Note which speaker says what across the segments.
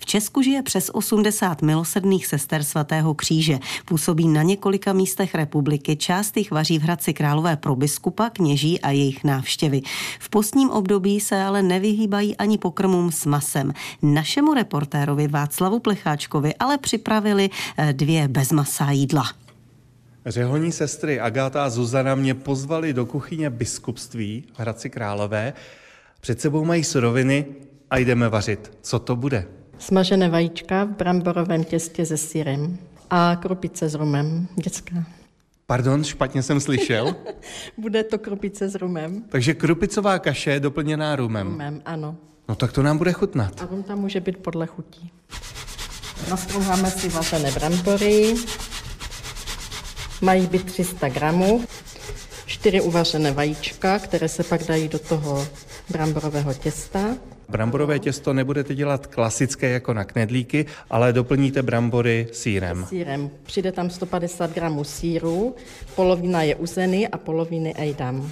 Speaker 1: V Česku žije přes 80 milosedných sester svatého kříže. Působí na několika místech republiky. Část jich vaří v Hradci Králové pro biskupa, kněží a jejich návštěvy. V postním období se ale nevyhýbají ani pokrmům s masem. Našemu reportérovi Václavu Plecháčkovi ale připravili eh, dvě bez masa jídla.
Speaker 2: Řehoní sestry Agáta a Zuzana mě pozvali do kuchyně biskupství v Hradci Králové. Před sebou mají suroviny a jdeme vařit. Co to bude?
Speaker 3: Smažené vajíčka v bramborovém těstě se syrem a krupice s rumem, dětská.
Speaker 2: Pardon, špatně jsem slyšel.
Speaker 3: Bude to krupice s rumem.
Speaker 2: Takže krupicová kaše doplněná rumem.
Speaker 3: Rumem, ano.
Speaker 2: No tak to nám bude chutnat.
Speaker 3: A rum tam může být podle chutí. Nastrouháme si vařené brambory. Mají být 300 gramů. Čtyři uvařené vajíčka, které se pak dají do toho bramborového těsta.
Speaker 2: Bramborové těsto nebudete dělat klasické jako na knedlíky, ale doplníte brambory sírem.
Speaker 3: Sýrem. Přijde tam 150 gramů síru, polovina je uzeny a poloviny ejdam.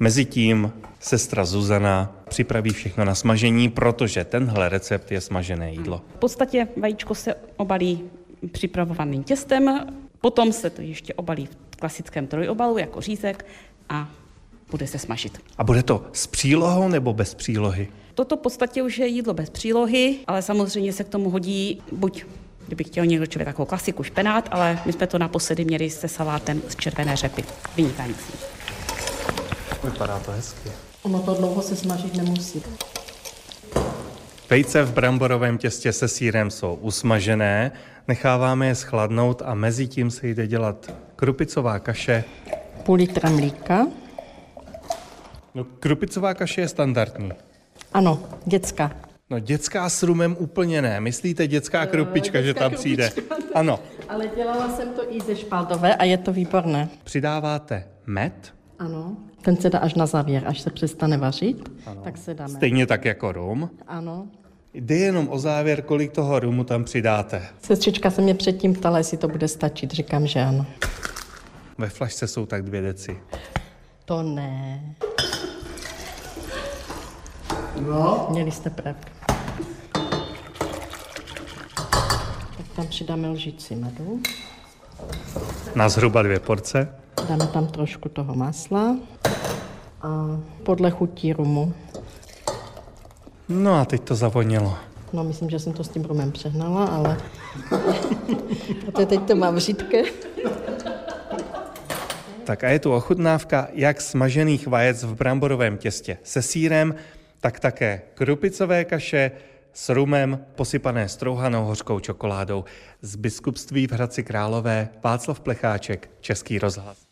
Speaker 2: Mezitím sestra Zuzana připraví všechno na smažení, protože tenhle recept je smažené jídlo.
Speaker 4: V podstatě vajíčko se obalí připravovaným těstem, potom se to ještě obalí v klasickém trojobalu jako řízek a bude se smažit.
Speaker 2: A bude to s přílohou nebo bez přílohy?
Speaker 4: Toto v podstatě už je jídlo bez přílohy, ale samozřejmě se k tomu hodí buď kdyby chtěl někdo člověk takovou klasiku špenát, ale my jsme to naposledy měli se salátem z červené řepy. Vynikající.
Speaker 2: Vypadá to hezky.
Speaker 3: Ono to dlouho se smažit nemusí.
Speaker 2: Vejce v bramborovém těstě se sírem jsou usmažené, necháváme je schladnout a mezi tím se jde dělat krupicová kaše.
Speaker 3: Půl litra mlíka.
Speaker 2: No, krupicová kaše je standardní.
Speaker 3: Ano, dětská.
Speaker 2: No, dětská s rumem úplně ne. Myslíte dětská krupička, že
Speaker 3: Eh, dětská
Speaker 2: tam přijde?
Speaker 3: krupička.
Speaker 2: Ano.
Speaker 3: Ale dělala jsem to i ze špaldové a je to výborné.
Speaker 2: Přidáváte med,
Speaker 3: Ano. Ten se dá až na závěr, až se přestane vařit, ano. tak se dáme.
Speaker 2: stejně tak jako rum.
Speaker 3: Ano.
Speaker 2: Jde jenom o závěr, kolik toho rumu tam přidáte.
Speaker 3: Sestřička se mě předtím ptala, jestli to bude stačit. Říkám, že ano.
Speaker 2: Ve flašce jsou tak dvě deci.
Speaker 3: To ne. No. Měli jste pravdu. Tak tam přidáme lžici medu.
Speaker 2: Na zhruba dvě porce.
Speaker 3: Dáme tam trošku toho másla a podle chutí rumu.
Speaker 2: No a teď to zavonilo.
Speaker 3: No, myslím, že jsem to s tím rumem přehnala, ale... Protože teď to mám řídké.
Speaker 2: Tak a je tu ochutnávka jak smažených vajec v bramborovém těstě se sírem, tak také krupicové kaše s rumem posypané strouhanou hořkou čokoládou. Z biskupství v Hradci Králové Václav Plecháček, Český rozhlas.